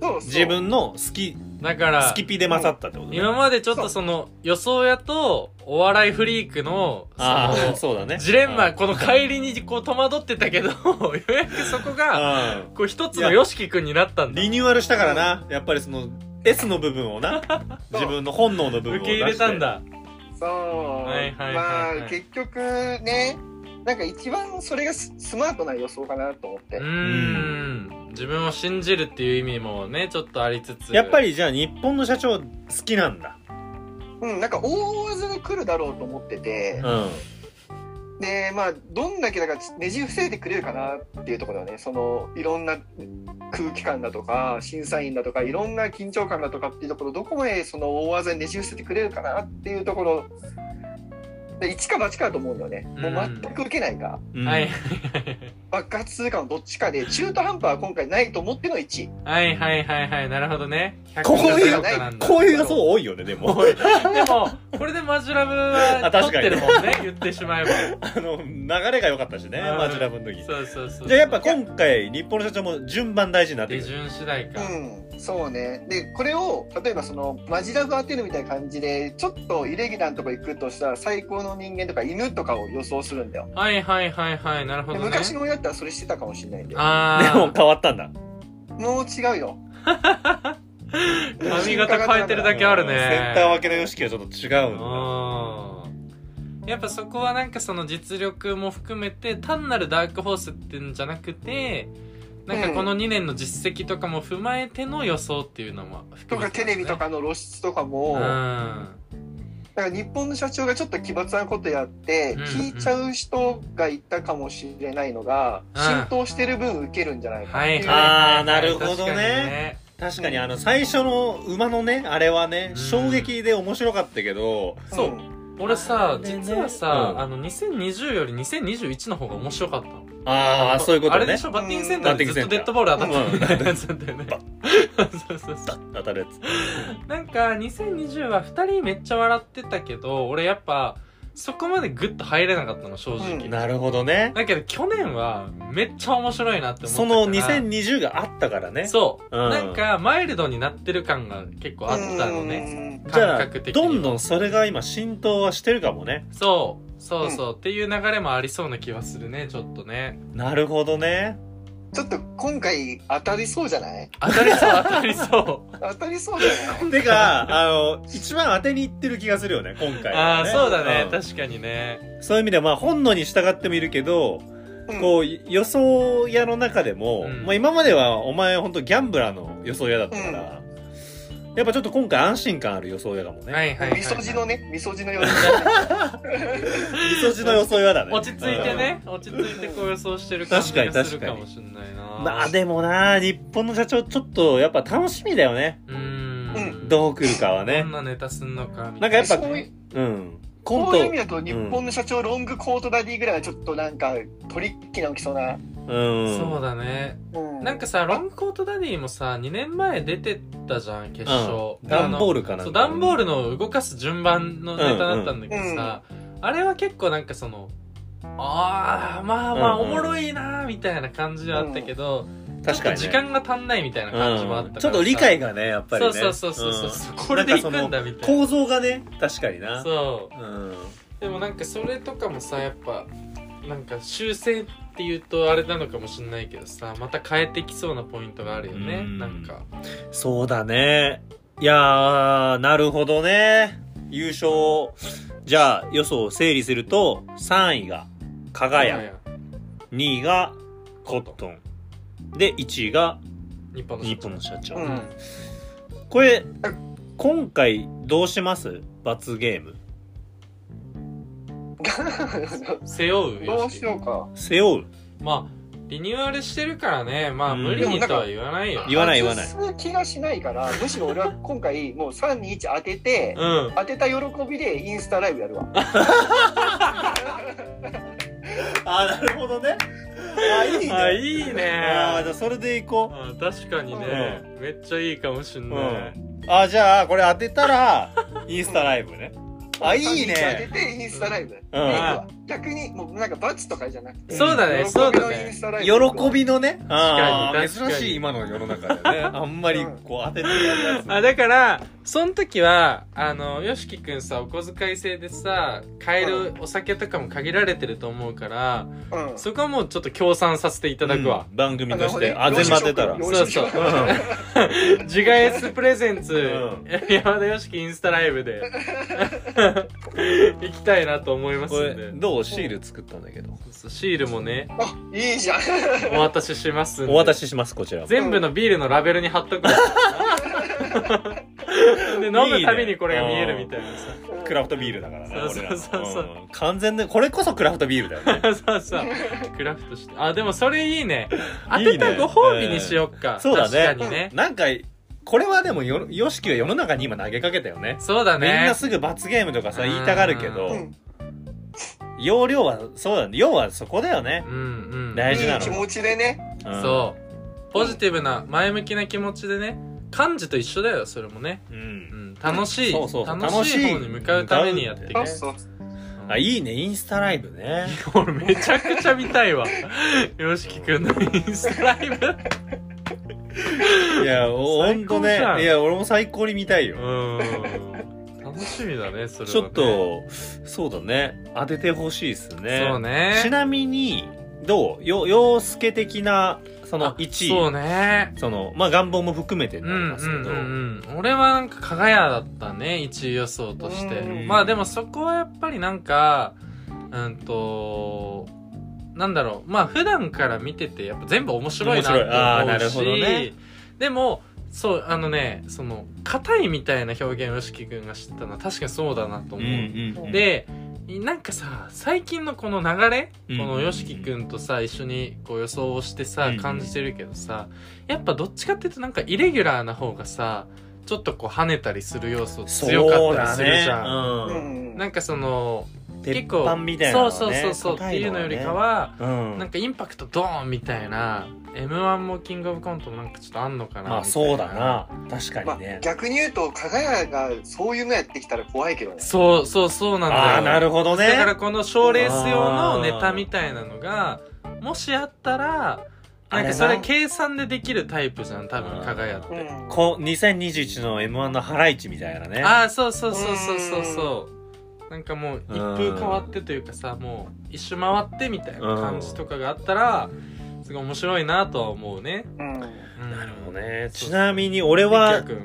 [SPEAKER 3] そうそう
[SPEAKER 2] 自分の好き、
[SPEAKER 1] だから
[SPEAKER 2] 好きピで勝ったってことね。
[SPEAKER 1] 今までちょっとその予想屋とお笑いフリークのそ
[SPEAKER 2] ああ、
[SPEAKER 1] の
[SPEAKER 2] そうだね。
[SPEAKER 1] ジレン
[SPEAKER 2] う
[SPEAKER 1] マ
[SPEAKER 2] ん
[SPEAKER 1] この帰りにこう戸惑ってたけど ようやくそこが
[SPEAKER 2] うん
[SPEAKER 1] こう一つの YOSHIKI 君になったんだ
[SPEAKER 2] リニューアルしたからな、やっぱりその S の部分をな、自分の本能の部分を
[SPEAKER 1] 受
[SPEAKER 2] 出
[SPEAKER 1] け
[SPEAKER 2] して
[SPEAKER 1] 入れたん。だ
[SPEAKER 3] そう、
[SPEAKER 1] はいはいはいはい
[SPEAKER 3] まあ結局ねなんか一番それがススマートな予想かなと思って、
[SPEAKER 1] うーん自分を信じるっていう意味もねちょっとありつつ
[SPEAKER 2] やっぱ
[SPEAKER 1] り
[SPEAKER 2] りじゃあ日本の社長好きなんだ。
[SPEAKER 3] うん、なんか大技で来るだろうと思ってて、
[SPEAKER 2] うん。
[SPEAKER 3] でまあどんだけだからねじ伏せてくれるかなっていうところだねそのいろんな空気感だとか審査員だとかいろんな緊張感だとかっていうところどこまでその大技にねじ伏せてくれるかなっていうところで一か八かだと思うんだよねもう全く受けないか、
[SPEAKER 2] うん
[SPEAKER 1] はい
[SPEAKER 3] 爆発するかのどっちかで中途半端は今回ないと思っての1位
[SPEAKER 1] はいはいはいはいなるほどね100
[SPEAKER 2] こういう
[SPEAKER 1] 評価なんだ
[SPEAKER 2] こういう予想多いよね、でも。
[SPEAKER 1] おいでもこれでマジラブは
[SPEAKER 2] あ
[SPEAKER 1] 取
[SPEAKER 2] 確か
[SPEAKER 1] っ
[SPEAKER 2] に
[SPEAKER 1] てるもんね言ってしまえば
[SPEAKER 2] あの、流れが良かったしね、
[SPEAKER 1] うん
[SPEAKER 2] マジラブの時。
[SPEAKER 1] そうそうそう
[SPEAKER 2] じゃあやっぱ今回、日本の社長も順番大事になって
[SPEAKER 1] 手
[SPEAKER 2] くる。
[SPEAKER 1] 順次第か、
[SPEAKER 3] うんそうねでこれを例えばそのマジラブ当てるみたいな感じでちょっとイレギュラーなとこ行くとしたら最高の人間とか犬とかを予想するんだよ
[SPEAKER 1] はいはいはいはいなるほ
[SPEAKER 3] で
[SPEAKER 1] どね
[SPEAKER 3] 昔の親だったらそれしてたかもしれないん
[SPEAKER 2] で
[SPEAKER 3] で
[SPEAKER 1] あ
[SPEAKER 2] も
[SPEAKER 1] あ
[SPEAKER 2] 変わったんだ。
[SPEAKER 3] もう違うよ
[SPEAKER 1] 髪型変えてるだけあるね
[SPEAKER 2] センター分けの様式はちょっと違うんだ。
[SPEAKER 1] うんやっぱそこはなんかその実力も含めて単なるダークホースっていうんじゃなくてなんかこの2年の実績とかも踏まえての予想っていうのも
[SPEAKER 3] と
[SPEAKER 1] 含め
[SPEAKER 3] か
[SPEAKER 1] て
[SPEAKER 3] テ
[SPEAKER 1] ますね、
[SPEAKER 3] レビとかの露出とかも、
[SPEAKER 1] うん
[SPEAKER 3] だ
[SPEAKER 1] あ
[SPEAKER 3] から日本の社長がちょっと奇抜なことやって、
[SPEAKER 1] うんうん
[SPEAKER 3] 聞いちゃう人がいたかもしれないのが、
[SPEAKER 1] うん
[SPEAKER 3] 浸透してる分受けるんじゃないかっ
[SPEAKER 1] は
[SPEAKER 3] て、
[SPEAKER 1] いはいいうはい
[SPEAKER 2] あーなるほどね
[SPEAKER 1] 確かにね
[SPEAKER 2] 確かにあの、最初の馬のね、あれはね、
[SPEAKER 1] うん
[SPEAKER 2] 衝撃で面白かったけど、
[SPEAKER 1] そうん俺さ
[SPEAKER 2] あれね
[SPEAKER 1] 実はさ、
[SPEAKER 2] うん
[SPEAKER 1] あの2020より2021の方が面白かったの
[SPEAKER 2] ああ、そういうこ
[SPEAKER 1] あ
[SPEAKER 2] と
[SPEAKER 1] れで
[SPEAKER 2] ね
[SPEAKER 1] し。ょバッティングセンターで
[SPEAKER 2] うん
[SPEAKER 1] ずっとデッドボール当たって
[SPEAKER 2] う
[SPEAKER 1] るやつだったよね
[SPEAKER 2] バ
[SPEAKER 1] そうそうそう
[SPEAKER 2] 当たるやつ。
[SPEAKER 1] なんか2020は2人めっちゃ笑ってたけど俺やっぱそこまでグッと入れなかったの正直、
[SPEAKER 3] うん
[SPEAKER 2] なるほどね。
[SPEAKER 1] だけど去年はめっちゃ面白いなって思って
[SPEAKER 2] そ
[SPEAKER 1] たから
[SPEAKER 2] の2020があったからね。
[SPEAKER 1] そう、
[SPEAKER 2] うん
[SPEAKER 1] なんかマイルドになってる感が結構あったのね、
[SPEAKER 2] じゃ
[SPEAKER 1] 感
[SPEAKER 2] あ、
[SPEAKER 1] 覚的に
[SPEAKER 2] どんどんそれが今浸透はしてるかもね。
[SPEAKER 1] そうそうそう、っていう流れもありそうな気はするねちょっとね
[SPEAKER 2] なるほどね。
[SPEAKER 3] ちょっと今回当たりそうじゃない
[SPEAKER 1] 当たりそう当た りそう
[SPEAKER 3] 当たりそうじゃない
[SPEAKER 2] てか、あの、一番当てにいってる気がするよね、今回、
[SPEAKER 1] ああそうだね、
[SPEAKER 2] ん
[SPEAKER 1] 確かにね
[SPEAKER 2] そういう意味では、まあ、本能に従ってもいるけど、
[SPEAKER 3] うん
[SPEAKER 2] こう、予想屋の中でも、
[SPEAKER 1] うん
[SPEAKER 2] まあ、今まではお前本当ギャンブラーの予想屋だったから、やっぱちょっと今回安心感ある予想屋だもんね。
[SPEAKER 1] はいはいはい、はい、
[SPEAKER 3] みそじのねみそじのように
[SPEAKER 2] み筋の装いはだね。
[SPEAKER 1] 落ち着いてね落ち着いてこう予想してる感じがするかもしんないな
[SPEAKER 2] うん。まあでもな、日本の社長ちょっとやっぱ楽しみだよね。
[SPEAKER 1] うーん
[SPEAKER 2] どう来るかは
[SPEAKER 1] ど
[SPEAKER 2] ね
[SPEAKER 1] ん。なネタすんのかみ
[SPEAKER 2] な
[SPEAKER 1] た
[SPEAKER 2] ん
[SPEAKER 1] い
[SPEAKER 2] かやっぱ、
[SPEAKER 3] そういう
[SPEAKER 2] うん。コ
[SPEAKER 3] こういう意
[SPEAKER 2] ン
[SPEAKER 3] 味だと日本の社長、ロングコートダディぐらいはちょっとなんかトリッキーなのきそうな、
[SPEAKER 2] ト。うん。
[SPEAKER 1] そうだね
[SPEAKER 3] うん、
[SPEAKER 1] なんかさロングコートダディもさ2年前出てったじゃん決勝
[SPEAKER 2] うん段ボー
[SPEAKER 1] ル
[SPEAKER 2] ルかな
[SPEAKER 1] そう段ボールの動かす順番のネタだったんだけどさあれは結構なんかそのあーまあまあお
[SPEAKER 2] うんうん
[SPEAKER 1] もろいなーみたいな感じはあったけど
[SPEAKER 2] 確かに、ね。
[SPEAKER 1] ちょっと時間が足んないみたいな感じもあったから
[SPEAKER 2] う
[SPEAKER 1] さ
[SPEAKER 2] んちょっと理解がね、やっぱりね。
[SPEAKER 1] そうそうそうそうそう、
[SPEAKER 2] ん
[SPEAKER 1] これでいくんだみたいな
[SPEAKER 2] 構造がね、確かにな。
[SPEAKER 1] そう
[SPEAKER 2] うん。
[SPEAKER 1] でもなんかそれとかもさやっぱなんか修正っていうとあれなのかもしんないけどさまた変えてきそうなポイントがあるよ
[SPEAKER 2] う
[SPEAKER 1] ね
[SPEAKER 2] ん
[SPEAKER 1] なんか
[SPEAKER 2] そうだね。いやー、なるほどね。優勝。じゃあ、予想を整理すると、3位が、加賀
[SPEAKER 1] 今
[SPEAKER 2] 屋。
[SPEAKER 1] や
[SPEAKER 2] 2位が、コットン。で、1位が、
[SPEAKER 1] 日本の
[SPEAKER 2] 日本の社長。
[SPEAKER 3] うん
[SPEAKER 2] これ、今回、どうします罰ゲーム。
[SPEAKER 1] 背負う
[SPEAKER 3] ど
[SPEAKER 1] よ
[SPEAKER 3] うしようか
[SPEAKER 2] 背負う。
[SPEAKER 1] まあリニューアルしてるからねまあ
[SPEAKER 2] うん
[SPEAKER 1] 無理にとは言わないよ
[SPEAKER 2] 言わない言わない
[SPEAKER 3] 外す気がしないからむしろ俺は今回もう321当てて、
[SPEAKER 1] うん
[SPEAKER 3] 当てた喜びでインスタライブやるわ
[SPEAKER 2] あー、なるほどね。 あー、いいね。
[SPEAKER 1] あいいね
[SPEAKER 2] あーじゃあ、それでいこう。
[SPEAKER 1] あ確かにねめっちゃいいかもしんない
[SPEAKER 2] あ、じゃあ、これ当て たら、インスタライブね。あ、いい
[SPEAKER 3] 321
[SPEAKER 2] ね。
[SPEAKER 3] 当ててインスタライ
[SPEAKER 2] う
[SPEAKER 3] ブ、
[SPEAKER 2] ん
[SPEAKER 3] でいくわ逆にもうなんか罰とかじゃなくて
[SPEAKER 1] そうだねそうだ
[SPEAKER 3] 喜びのイン
[SPEAKER 1] ね
[SPEAKER 3] スタライブ
[SPEAKER 2] 喜びのね。あー
[SPEAKER 1] 確かに確かに
[SPEAKER 2] 珍しい今の世の中で ね。あんまり、こう、当ててやるやつ。
[SPEAKER 1] あだからその時はあのよしきくんさお小遣い制でさ買えるお酒とかも限られてると思うから
[SPEAKER 3] うん
[SPEAKER 1] そこはもうちょっと協賛させていただくわ、
[SPEAKER 2] うん。番組として、
[SPEAKER 3] あ
[SPEAKER 2] あ、
[SPEAKER 3] なる
[SPEAKER 2] 全
[SPEAKER 3] ほ
[SPEAKER 2] 部
[SPEAKER 3] ど
[SPEAKER 2] 当てたら。
[SPEAKER 1] そ
[SPEAKER 3] よ
[SPEAKER 1] うそう自我 S プレゼンツ、
[SPEAKER 2] ん
[SPEAKER 1] 山田よしきインスタライブ で行きたいなと思います
[SPEAKER 2] こ
[SPEAKER 1] ん
[SPEAKER 2] れ
[SPEAKER 1] で、
[SPEAKER 2] どうシール作ったんだけど。
[SPEAKER 1] そうシールもね
[SPEAKER 3] あいいじゃん
[SPEAKER 1] お渡ししますんで
[SPEAKER 2] お渡しします、こちら。
[SPEAKER 1] 全部のビールのラベルに貼っ とくわで飲むたびにこれが見えるみたいなさ
[SPEAKER 2] クラフトビールだからね。
[SPEAKER 1] そう
[SPEAKER 2] 俺らの
[SPEAKER 1] そうそうそうん
[SPEAKER 2] 完全で、これこそクラフトビールだよ ね。
[SPEAKER 1] そうそう。 クラフトして。あ、でもそれいいね。当
[SPEAKER 2] いい
[SPEAKER 1] て
[SPEAKER 2] ね
[SPEAKER 1] たご褒美にしよっか。
[SPEAKER 2] そうだね
[SPEAKER 1] 確かにね。
[SPEAKER 2] なんか、これはでもよ、ヨシキは世の中に今投げかけたよね。
[SPEAKER 1] そうだ
[SPEAKER 2] みんな
[SPEAKER 1] ね。
[SPEAKER 2] すぐ罰ゲームとかさ、言いたがるけ
[SPEAKER 1] う
[SPEAKER 2] ど
[SPEAKER 3] う、ん
[SPEAKER 2] 要領はそうだね要はそこだよね
[SPEAKER 1] うんうん。
[SPEAKER 2] 大事
[SPEAKER 3] い
[SPEAKER 2] ない
[SPEAKER 3] 気
[SPEAKER 2] の
[SPEAKER 3] 持ちでね
[SPEAKER 1] そう。ポジティブな、前向きな気持ちでね。漢字と一緒だよ、それもね。
[SPEAKER 2] う、う、
[SPEAKER 1] うんん。楽しい。
[SPEAKER 2] そうそうそう
[SPEAKER 1] 楽しい方に向かうためにやっていく
[SPEAKER 3] そう
[SPEAKER 2] 楽し。
[SPEAKER 3] そう
[SPEAKER 2] あいいねインスタライブね
[SPEAKER 1] 俺めちゃくちゃ見たい わ。よしきくんのインスタライブ。
[SPEAKER 2] いやおほんと
[SPEAKER 1] 最
[SPEAKER 2] ね
[SPEAKER 1] 高じゃん
[SPEAKER 2] いや俺も最高に見たいうよ、
[SPEAKER 1] ん。楽しみだね、それは、ね。
[SPEAKER 2] ちょっ。とそうだね当ててほしいっすね
[SPEAKER 1] そうね。
[SPEAKER 2] ちなみにどうよ洋介的なその
[SPEAKER 1] あ
[SPEAKER 2] 1位
[SPEAKER 1] そうね。
[SPEAKER 2] そのまあ願望も含めてに
[SPEAKER 1] う
[SPEAKER 2] なり
[SPEAKER 1] ん
[SPEAKER 2] ますけど、
[SPEAKER 1] うんうんうん、俺はなんか加賀屋だったね一位予想として
[SPEAKER 3] うん
[SPEAKER 1] まあでもそこはやっぱりなんかうんとなんだろうまあ普段から見ててやっぱ全部面白いな
[SPEAKER 2] 面白いあー
[SPEAKER 1] と
[SPEAKER 2] な
[SPEAKER 1] 思う
[SPEAKER 2] る
[SPEAKER 1] し
[SPEAKER 2] ほどね
[SPEAKER 1] でもそうあのねその硬いみたいな表現をよしき君が知ったのは確かにそうだなと
[SPEAKER 2] うん
[SPEAKER 1] 思う、
[SPEAKER 2] うんうん、
[SPEAKER 1] でなんかさ最近のこの流れ、
[SPEAKER 2] うん
[SPEAKER 1] この YOSHIKI 君とさ一緒にこう予想をしてさ
[SPEAKER 2] うん
[SPEAKER 1] 感じてるけどさやっぱどっちかっていうとなんかイレギュラーな方がさちょっとこう跳ねたりする要素強かったりするじゃん。
[SPEAKER 2] そううだね
[SPEAKER 3] ん
[SPEAKER 1] なんかその
[SPEAKER 2] うん、
[SPEAKER 1] 結
[SPEAKER 2] 鉄
[SPEAKER 1] 構
[SPEAKER 2] 板みたいなのはね
[SPEAKER 1] そうそうそうそうっ
[SPEAKER 2] 硬
[SPEAKER 1] ていう
[SPEAKER 2] の
[SPEAKER 1] の
[SPEAKER 2] は
[SPEAKER 1] よ
[SPEAKER 2] ね
[SPEAKER 1] りかは、
[SPEAKER 2] うん
[SPEAKER 1] なんかインパクトドーンみたいな m 1もキングオブコントもなんかちょっとあんのかなみたいな
[SPEAKER 2] まあそうだな確か
[SPEAKER 3] まあ
[SPEAKER 2] にね、
[SPEAKER 3] 逆に言うと加賀谷がそういうのやってきたら怖いけどね
[SPEAKER 1] そうそうそうなんだよ
[SPEAKER 2] ああーなるほどね
[SPEAKER 1] だからこの賞ーレース用のネタみたいなのがもしあったらなんかそれ計算でできるタイプじゃん多分
[SPEAKER 2] あー
[SPEAKER 1] 加賀屋っ
[SPEAKER 3] う
[SPEAKER 1] て
[SPEAKER 3] ん
[SPEAKER 2] こ2021の m 1のハライチみたいなね
[SPEAKER 1] ああそうそうそうそうそうそうなんかもう一風変わってというかさもう一周回ってみたいな感じとかがあったらすごい面白いなとは思うね、
[SPEAKER 3] うん
[SPEAKER 1] うん
[SPEAKER 2] なるほどね
[SPEAKER 1] そうそう
[SPEAKER 2] ちなみに俺は
[SPEAKER 1] 力也君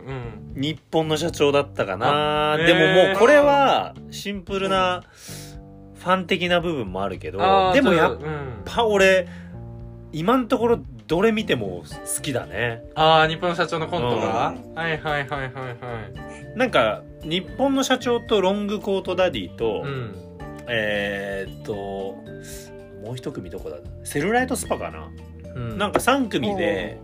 [SPEAKER 1] うん
[SPEAKER 2] 日本の社長だったかな
[SPEAKER 1] あ
[SPEAKER 2] でも
[SPEAKER 1] へ
[SPEAKER 2] も
[SPEAKER 1] ー
[SPEAKER 2] うこれはシンプルなファン的な部分もあるけど
[SPEAKER 1] あー
[SPEAKER 2] でも
[SPEAKER 1] ちょ
[SPEAKER 2] や
[SPEAKER 1] と
[SPEAKER 2] っ
[SPEAKER 1] うん
[SPEAKER 2] ぱ俺今のところどれ見ても好きだね
[SPEAKER 1] ああ日本の社長のコントが、
[SPEAKER 3] うん
[SPEAKER 1] はいはいはいはいはい
[SPEAKER 2] なんか日本の社長とロングコートダディと
[SPEAKER 1] うん
[SPEAKER 2] えーっともう一組どこだセルライトスパかな、
[SPEAKER 1] うん
[SPEAKER 2] なんか3組で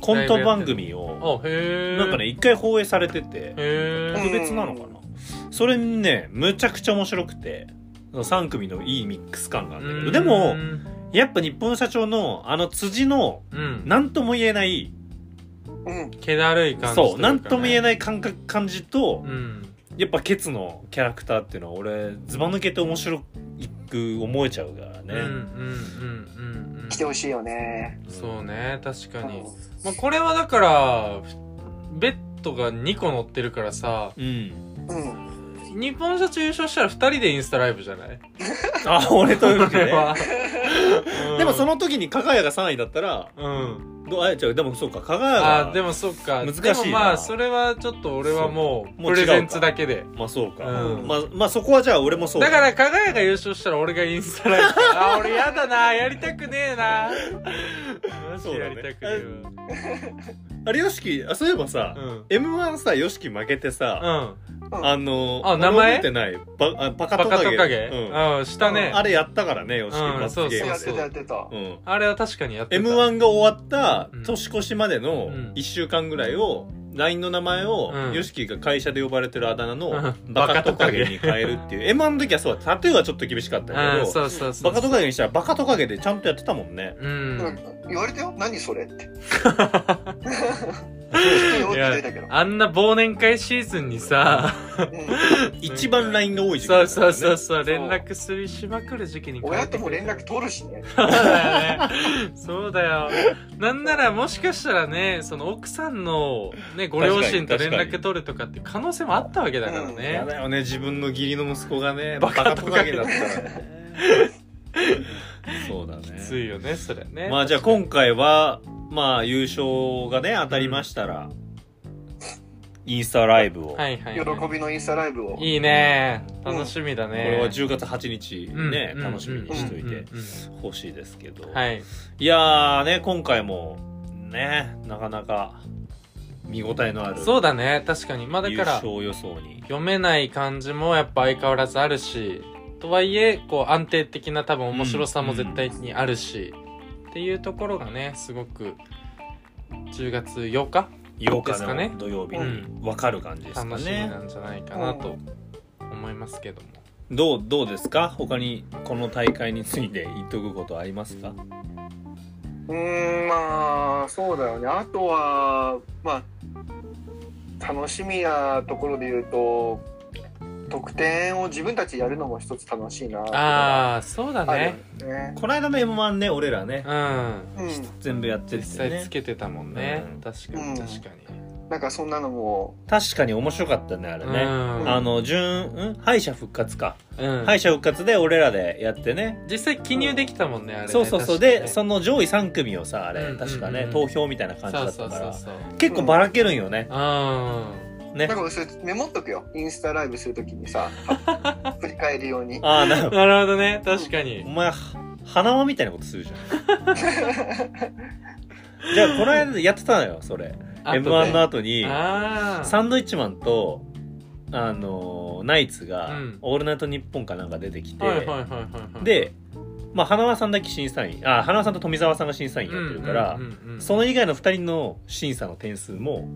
[SPEAKER 2] コント番組を
[SPEAKER 1] あへえ
[SPEAKER 2] なんかね一回放映されてて
[SPEAKER 1] へ
[SPEAKER 3] うん
[SPEAKER 1] え
[SPEAKER 2] 特別なのかなそれにねむちゃくちゃ面白くて3組のいいミックス感があるんだけどで
[SPEAKER 1] う
[SPEAKER 2] も
[SPEAKER 1] ん
[SPEAKER 2] やっぱ日本の社長のあの辻の
[SPEAKER 1] うん
[SPEAKER 2] 何とも言えない
[SPEAKER 3] うん
[SPEAKER 1] 気だるい感じ
[SPEAKER 2] そう何とも言え
[SPEAKER 1] い
[SPEAKER 2] ない感覚感じと
[SPEAKER 1] うかねうん
[SPEAKER 2] やっぱケツのキャラクターっていうのは俺ずば抜けて面白く思えちゃうから
[SPEAKER 1] うんうんうん
[SPEAKER 2] ね
[SPEAKER 1] うんうん
[SPEAKER 3] 来てほしいよね。
[SPEAKER 1] そうね確かに
[SPEAKER 3] うん
[SPEAKER 1] まあこれはだからベッドが2個乗ってるからさ
[SPEAKER 2] うん
[SPEAKER 3] うん。
[SPEAKER 1] 日本社長優勝したら2人でインスタライブじゃない
[SPEAKER 2] あ俺という
[SPEAKER 1] これ
[SPEAKER 2] ね
[SPEAKER 1] は
[SPEAKER 2] でもその時に加賀谷が3位だったら
[SPEAKER 1] うん
[SPEAKER 2] どうあ違うでもそうか加賀
[SPEAKER 1] あ
[SPEAKER 2] 谷が
[SPEAKER 1] でもそっか
[SPEAKER 2] 難しい
[SPEAKER 1] で
[SPEAKER 2] な
[SPEAKER 1] もまあそれはちょっと俺はもう
[SPEAKER 2] も
[SPEAKER 1] プ
[SPEAKER 2] う違
[SPEAKER 1] レ
[SPEAKER 2] うか
[SPEAKER 1] ゼンツだけで
[SPEAKER 2] まあそうか、
[SPEAKER 1] うん
[SPEAKER 2] まあまあそこはじゃあ俺もそう
[SPEAKER 1] だから加賀谷が優勝したら俺がインスタライブ あ俺やだなやりたくねえなマジやりたくね
[SPEAKER 2] あれよしきあそういえばさ、
[SPEAKER 1] えわうん
[SPEAKER 2] m 1さよしき負けてさ、
[SPEAKER 1] うん
[SPEAKER 2] あの
[SPEAKER 1] あ名前
[SPEAKER 2] 覚えてないバあパカ
[SPEAKER 1] バ
[SPEAKER 2] ト
[SPEAKER 1] カ
[SPEAKER 2] カ
[SPEAKER 1] ト
[SPEAKER 2] ゲ
[SPEAKER 1] カゲ
[SPEAKER 2] うん
[SPEAKER 1] うんしたね
[SPEAKER 2] あれやったからねよしき
[SPEAKER 1] うん
[SPEAKER 2] 罰ゲーム
[SPEAKER 1] そう
[SPEAKER 3] やっ
[SPEAKER 1] そ
[SPEAKER 3] て
[SPEAKER 1] う
[SPEAKER 3] たやってた。
[SPEAKER 2] うん
[SPEAKER 1] あれは確かにやってた
[SPEAKER 2] m 1が終わった
[SPEAKER 1] うん
[SPEAKER 2] 年越しまでの
[SPEAKER 1] うん
[SPEAKER 2] 1週間ぐらいを LINE の名前を
[SPEAKER 1] うん
[SPEAKER 2] YOSHIKI が会社で呼ばれてるあだ名の
[SPEAKER 1] うん
[SPEAKER 2] バカトカゲに変えるっていう m 1の時はそうだタトゥーはちょっと厳しかった
[SPEAKER 1] う
[SPEAKER 2] け
[SPEAKER 1] ん
[SPEAKER 2] ど
[SPEAKER 1] そうそうそう
[SPEAKER 2] バカトカゲにしたらバカトカゲでちゃんとやってたもんね
[SPEAKER 1] うん
[SPEAKER 3] うん言われたよ何そ れって。言われたけど。
[SPEAKER 1] あんな忘年会シーズンにさ、
[SPEAKER 2] 一番 LINE が多い時期
[SPEAKER 1] そ
[SPEAKER 2] だ
[SPEAKER 1] う
[SPEAKER 2] ったか
[SPEAKER 1] そ
[SPEAKER 2] ら
[SPEAKER 1] う
[SPEAKER 2] ね
[SPEAKER 1] そうそう、連絡するしまくる時期に
[SPEAKER 3] うん親とも連絡
[SPEAKER 1] 取
[SPEAKER 3] 取るしね。
[SPEAKER 1] そうだよね。 そうだよ。なんならもしかしたらね、その奥さんのね、ご両親と連絡取るとかって可能性もあったわけだから
[SPEAKER 2] や
[SPEAKER 1] ね。
[SPEAKER 2] だよね自分の義理の息子がね
[SPEAKER 1] バ
[SPEAKER 2] バ
[SPEAKER 1] カ
[SPEAKER 2] カ
[SPEAKER 1] ト
[SPEAKER 2] ト
[SPEAKER 1] カ
[SPEAKER 2] カ
[SPEAKER 1] ゲ
[SPEAKER 2] ゲだったらねそうだね
[SPEAKER 1] きついよね、それね。
[SPEAKER 2] まあじゃあ今回はまあ優勝がね当たりましたら、インスタライブを、
[SPEAKER 1] はいはい
[SPEAKER 3] 喜
[SPEAKER 1] はい、
[SPEAKER 3] びのインスタライブを。
[SPEAKER 1] いいね。楽しみだ
[SPEAKER 2] こ
[SPEAKER 1] ね。
[SPEAKER 2] れは10月8日
[SPEAKER 1] うん
[SPEAKER 2] ね、
[SPEAKER 1] うん
[SPEAKER 2] 楽しみにしとい
[SPEAKER 1] うんうん
[SPEAKER 2] てほしいですけど、
[SPEAKER 1] うんはい。
[SPEAKER 2] いやーね今回もねなかなか見応えのある
[SPEAKER 1] そうだね、確かに。まあだ
[SPEAKER 2] 優
[SPEAKER 1] から、
[SPEAKER 2] 勝予想に
[SPEAKER 1] 読めない感じもやっぱ相変わらずあるしとはいえこう安定的な多分面白さも絶対にあるし、っていうところがねすごく10月8日、
[SPEAKER 2] 8
[SPEAKER 1] ですかね
[SPEAKER 2] 日の土曜日に分かる感じですかね
[SPEAKER 1] 楽しみなんじゃないかなと思いますけども。
[SPEAKER 2] どうどうですか他にこの大会について言っとくことありますか
[SPEAKER 3] うーんまあそうだよねあとはまあ楽しみなところで言うと得点を自分たちやるのも一つ楽しいなあ
[SPEAKER 1] ああそうだ
[SPEAKER 3] るよ
[SPEAKER 1] ね。
[SPEAKER 3] ね
[SPEAKER 2] この間の m 1ね俺らね
[SPEAKER 1] うん
[SPEAKER 3] う
[SPEAKER 2] 全部やって
[SPEAKER 1] 実
[SPEAKER 2] て、ね、
[SPEAKER 1] 際つけてたもんね、
[SPEAKER 2] うん
[SPEAKER 1] 確かに
[SPEAKER 3] うん
[SPEAKER 1] 確かに。
[SPEAKER 3] んなんかそんなのも
[SPEAKER 2] 確かに面白かったねあれ
[SPEAKER 1] う
[SPEAKER 2] ね、
[SPEAKER 1] ん
[SPEAKER 2] あの準、うん、敗者復活か、
[SPEAKER 1] うん
[SPEAKER 2] 敗者復活で俺らでやってね
[SPEAKER 1] 実際記入できたもんねあれね
[SPEAKER 2] そうそうそう、
[SPEAKER 1] 確かね
[SPEAKER 2] でその上位3組をさあれ、
[SPEAKER 1] うん
[SPEAKER 2] 確か
[SPEAKER 1] う
[SPEAKER 2] ね、
[SPEAKER 1] んうん
[SPEAKER 2] 投票みたいな感じだ
[SPEAKER 1] そう
[SPEAKER 2] った
[SPEAKER 1] そう
[SPEAKER 2] から
[SPEAKER 1] そうそう。
[SPEAKER 2] 結構ばらけるんよね、
[SPEAKER 1] うん
[SPEAKER 2] ね
[SPEAKER 3] なんかそれメモっとくよインスタライブするときにさ振り返るように
[SPEAKER 2] ああなるほど
[SPEAKER 1] なるほどね確かに
[SPEAKER 2] お。前花輪みたいなことするじ ゃんじゃあこの間やってたのよそれ
[SPEAKER 1] あと
[SPEAKER 2] m
[SPEAKER 1] ね
[SPEAKER 2] 1の後に
[SPEAKER 1] あ
[SPEAKER 2] サンドイッチマンとあのーナイツが
[SPEAKER 1] うん
[SPEAKER 2] 「オールナイトニッポン」かなんか出てきて、
[SPEAKER 1] はいはいはいはいはい、
[SPEAKER 2] で、まあ、花輪さんだけ審査員あ花輪さんと富澤さんが審査員やってるから、
[SPEAKER 1] うんうんうんうん
[SPEAKER 2] その以外の2人の審査の点数も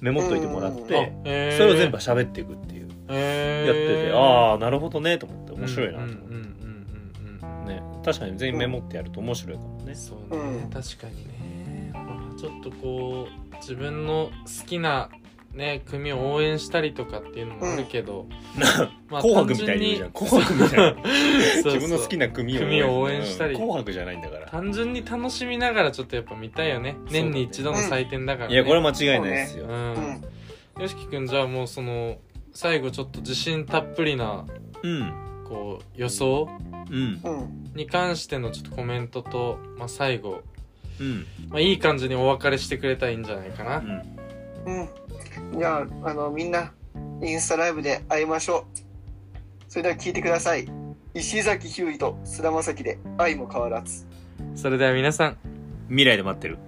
[SPEAKER 2] メモっといてもらって、
[SPEAKER 3] うん
[SPEAKER 1] あへー
[SPEAKER 2] それを全部喋っていくっていうや
[SPEAKER 1] へ
[SPEAKER 2] っ
[SPEAKER 1] ー
[SPEAKER 2] ててああなるほどねと思って面白いなと
[SPEAKER 1] うんうん
[SPEAKER 2] 思って、
[SPEAKER 1] うんうんうん
[SPEAKER 2] ね、確かに全員メモってやると面白いかもね、
[SPEAKER 1] そうね、
[SPEAKER 3] うん
[SPEAKER 1] 確かにねまあちょっとこう自分の好きなね組を応援したりとかっていうのもあるけど、 まあ
[SPEAKER 2] 紅白みたいに言うじゃん
[SPEAKER 1] 単
[SPEAKER 2] 紅白みたいな
[SPEAKER 1] 純にそうそう
[SPEAKER 2] 自分の好きな組を
[SPEAKER 1] 組を応援したり
[SPEAKER 2] うん紅白じゃないんだから
[SPEAKER 1] 単純に楽しみながらちょっとやっぱ見たいよね年に一度の祭典だから、
[SPEAKER 2] い
[SPEAKER 1] ね
[SPEAKER 2] やこれは間違いないですよ、
[SPEAKER 1] うん
[SPEAKER 3] うん、
[SPEAKER 1] よしきくんじゃあもうその最後ちょっと自信たっぷりな
[SPEAKER 2] うん
[SPEAKER 1] こう予想
[SPEAKER 2] うん
[SPEAKER 3] うん
[SPEAKER 1] に関してのちょっとコメントと、まあ、最後、
[SPEAKER 2] うん
[SPEAKER 1] まあ、いい感じにお別れしてくれたらいいんじゃないかな。
[SPEAKER 3] うんじゃああのみんなインスタライブで会いましょうそれでは聞いてください石崎ひゅーいと菅田将暉で愛も変わらず
[SPEAKER 1] それでは皆さん
[SPEAKER 2] 未来で待ってる